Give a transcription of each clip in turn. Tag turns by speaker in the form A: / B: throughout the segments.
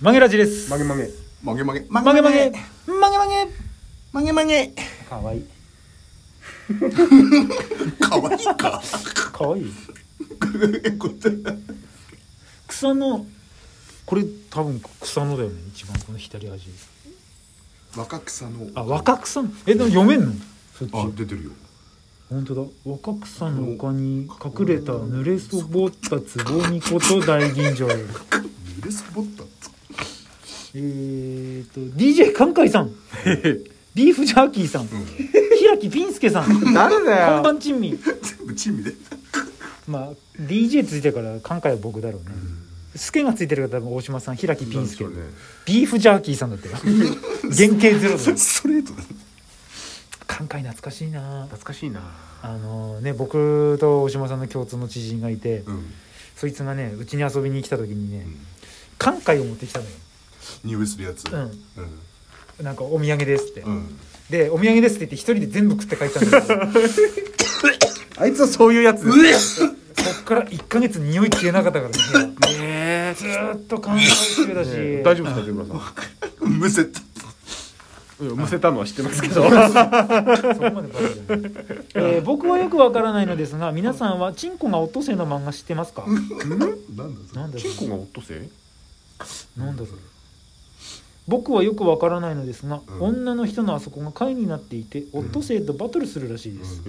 A: 曲げラジです。
B: 曲げ曲げ
C: 曲げ曲げ曲
A: 曲げ曲げ。曲げ曲げ。
C: 曲げ曲げ
A: かわいい。
C: かわいいか
A: かわいい。
C: これ
A: 草の。これ、多分草のだよね。一番この左端。
C: 若草の
A: あ、若草の。え、でも読めんの。そっち。
C: あ出てるよ
A: 本当だ。若草の丘に隠れた濡れそぼった壺にこと大吟醸。
C: 濡れそぼった
A: えーと、DJ カンカイ さん。ビーフジャーキーさん。平木ピンスケ さん。
B: 誰だ
A: 看
B: よ
A: 板珍味。
C: 全部チームで
A: まあ DJ ついてるから今回は僕だろうね、スケがついてるから多分大島さん平木ピンスケ、
B: そうね
A: ビーフジャーキーさ んだったよ原型ゼロだよ
C: ストレートだ
A: 今回懐かしいな
B: 懐かしいな
A: あのね僕と大島さんの共通の知人がいて、
C: うん
A: そいつがねうちに遊びに来た時にね缶回を持ってきたのよ
C: 匂いするやつ
A: う
C: うんん
A: なんかお土産ですって、
C: うん
A: でお土産ですって言って一人で全部食って帰ったんだけ ど
B: あいつはそういうやつね
A: そっから1か月匂い消えなかったからね部屋
B: え
A: ずーっと缶回中 だし、
B: 大丈夫ですかゼブラさ
C: むせた
B: んうんむせたのは知ってますけど
A: そこまでバカじゃない、 えー僕はよくわからないのですが皆さんはチンコが落とせの漫画知ってますか
C: なんだそれ
A: なんだろ
B: チンコがオットセイ
A: うなんだろう僕はよくわからないのですが、
C: うん
A: 女の人のあそこが貝になっていてオットセイとバトルするらしいです、
B: へ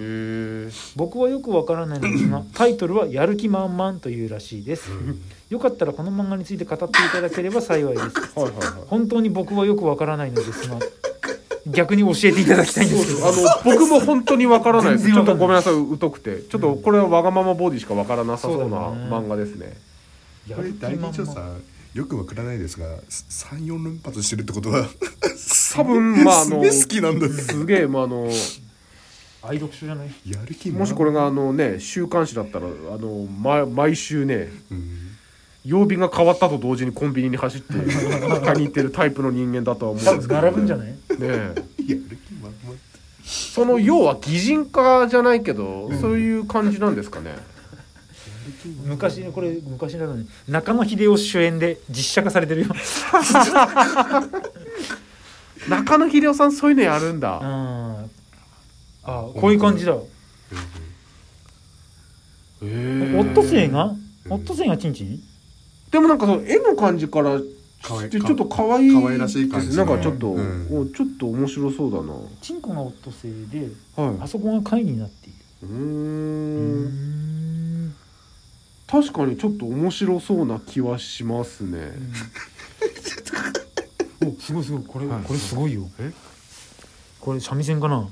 B: え
A: 僕はよくわからないのです がタイトルは「やる気満々」というらしいです、よかったらこの漫画について語っていただければ幸いです
B: はいはいはい
A: 本当に僕はよくわからないのですが逆に教えていただきたいんですけど
B: あの僕も本当にわからないです
A: 全
B: ち
A: 然
B: ょ
A: わ
B: っ
A: かん
B: と
A: ない
B: ごめんなさい疎くてちょっとこれはわがままボディしかわからなさそうな
A: そうだね
B: 漫画ですね
A: や
C: これ
A: る気
C: 大
A: 満
C: 吟醸
A: 々
C: さんよくわからないですが34連発してるってことは
B: 多 分まああ
C: す
B: の
C: げえ好きなんだね
B: すげえまああの
A: 愛読書じゃない
C: やる気
B: もしこれがあのね週刊誌だったらあの、ま、毎週ね
C: うん
B: 曜日が変わったと同時にコンビニに 走って買いに行ってるタイプの人間だとは思うん
A: 多
B: です
A: 分
B: けど、
A: 並ぶんじゃない
B: ねえ
C: やる気満々
B: その要は擬人化じゃないけど、そういう感じなんですかね
A: 昔これ昔なのに中野秀夫主演で実写化されてるよ
B: 中野秀夫さんそういうのやるんだ、
A: うんああこういう感じだオ
B: へえ
A: ットセイが
C: うん
A: オットセイがチンチン
B: でもなんかその絵の感じから
C: かわい
B: してちょっと可愛い
C: 可愛らしい感じ
B: ですなんかちょっと、
C: うん
B: おちょっと面白そうだな
A: チンコがオットセイで
B: は
A: あ
B: い
A: そこが貝になっている
B: う
A: う
B: ー
A: んん
B: 確かにちょっと面白そうな気はしますね、
A: おすごいすごいこれ
B: はい
A: これすごいよ
B: え
A: これ三味線かな
B: はい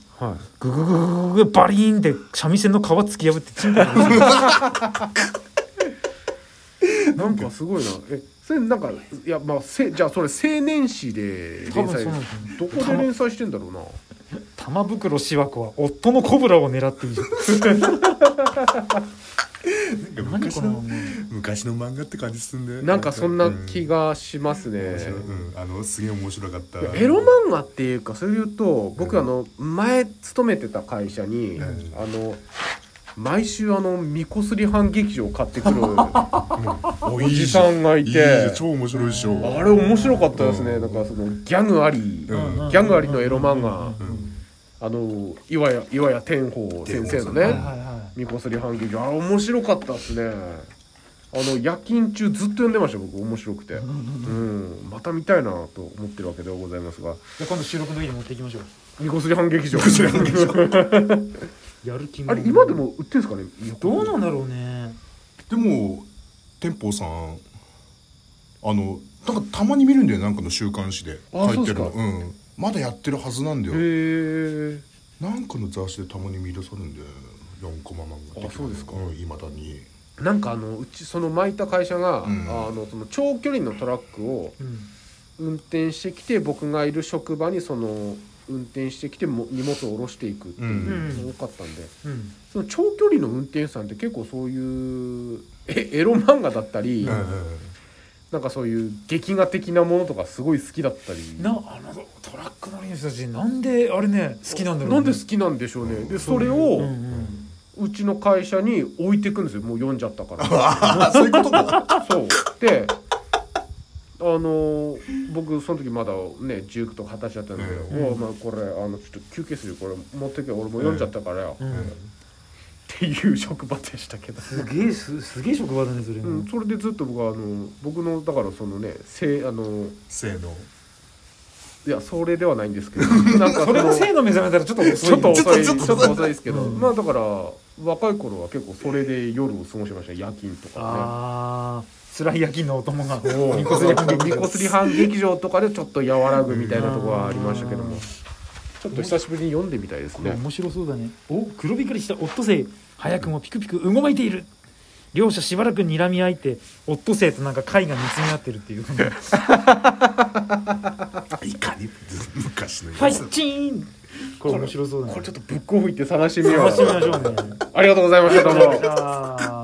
A: ググググググバリーンって三味線の皮突き破ってチンコが
B: なんかすごいな。え、それなんかいやまあせじゃあそれ青年誌で
A: 多
B: 連
A: 分
B: 載
A: そうなんですよね
B: どこで連載してんだろうな。
A: 玉袋しわ子は夫のコブラを狙っている
C: なんか
A: 何
C: 昔
A: この
C: の昔の漫画って感じすんで
B: なんかそんな気がしますね。
C: うん、あのすげえ面白かった
B: エロ漫画っていうかそれで言うと僕
C: う
B: あ
C: ん
B: の前勤めてた会社に
C: うん
B: あの毎週あのみこすり班劇場を買ってくる
C: お
B: おじさんがいて
C: いいじゃん超面白いでしょ
B: あれ面白かったですね。
C: うん
B: なんかそのギャグありギ
C: うん
B: ャグありのエロ漫画
C: うん
B: あの岩屋岩屋天宝先生のね。
A: はいはいはい
B: みこすり半劇あれ面白かったっすねあの夜勤中ずっと読んでました僕面白くてうんまた見たいなと思ってるわけではございますが
A: じゃあ今度収録の上に持っていきましょう
B: みこすり半劇場
A: やる気
B: あれ今でも売ってるんですかね
A: どうなんだろうね
C: でも天宝さんあのなんかたまに見るんだよなんかの週刊誌で
B: あ
C: 書いてる
B: そ
C: の
B: うです
C: んまだやってるはずなんだ
B: へ
C: よ
B: え
C: なんかの雑誌でたまに見出されるんだよ4コマ漫画的な
B: あそうですか
C: いまだに
B: なんかあのうちその巻いた会社が、
C: うん
B: あのその長距離のトラックを
A: うん
B: 運転してきて僕がいる職場にその運転してきても荷物を下ろしていくっていうのが多かったんで、
A: うん
B: その長距離の運転手さんって結構そういうえエロ漫画だったり、なんかそういう劇画的なものとかすごい好きだったり
A: なあのトラック乗りの人たちなんであれね好きなんだろう、ね、
B: なんで好きなんでしょうね、でそれ
A: うん
B: を
A: うん
B: うちの会社に 置いてくんですよもう読んじゃったから
C: あそういうことだ
B: そうであの僕その時まだね19とか二十歳だったんだけど「
A: うん
B: おうお前これあのちょっと休憩するよこれ持ってけ俺もう読んじゃったからよ」
A: う
B: っ
A: ん、
B: ていう 職場でしたけど、
A: すげえすすげえ職場だねそれ、
B: うん、それでずっと僕はあの僕のだからそのねせあの
C: 性能
B: いやそれではないんですけどなんか
A: それのせい
B: の
A: の目覚めたらちょっと遅い
B: ちょっと遅い
C: ち
B: ち
C: ょ
B: ょ
C: っ
B: っ
C: と
B: と
C: ちょっと
B: 遅いですけど、
A: うん
B: まあだから若い頃は結構それで夜を過ごしました夜勤とかね。
A: ああ辛い夜勤のお供が
B: みこすりみこすり半劇場とかでちょっと和らぐみたいなところはありましたけどもちょっと久しぶりに読んでみたいですね
A: 面白そうだねお黒びっくりしたオットセイ早くもピクピクうごめいている両者しばらく睨み合いてオットセイとなんか貝が見つめ合ってるっていうファ
C: いかに 昔の
A: イチーンこれ面白そうだね
B: これちょっとブックオフ行って探してみよ
A: 探してみまし
B: う
A: ょうね
B: ありがとうございましたどうも
A: あー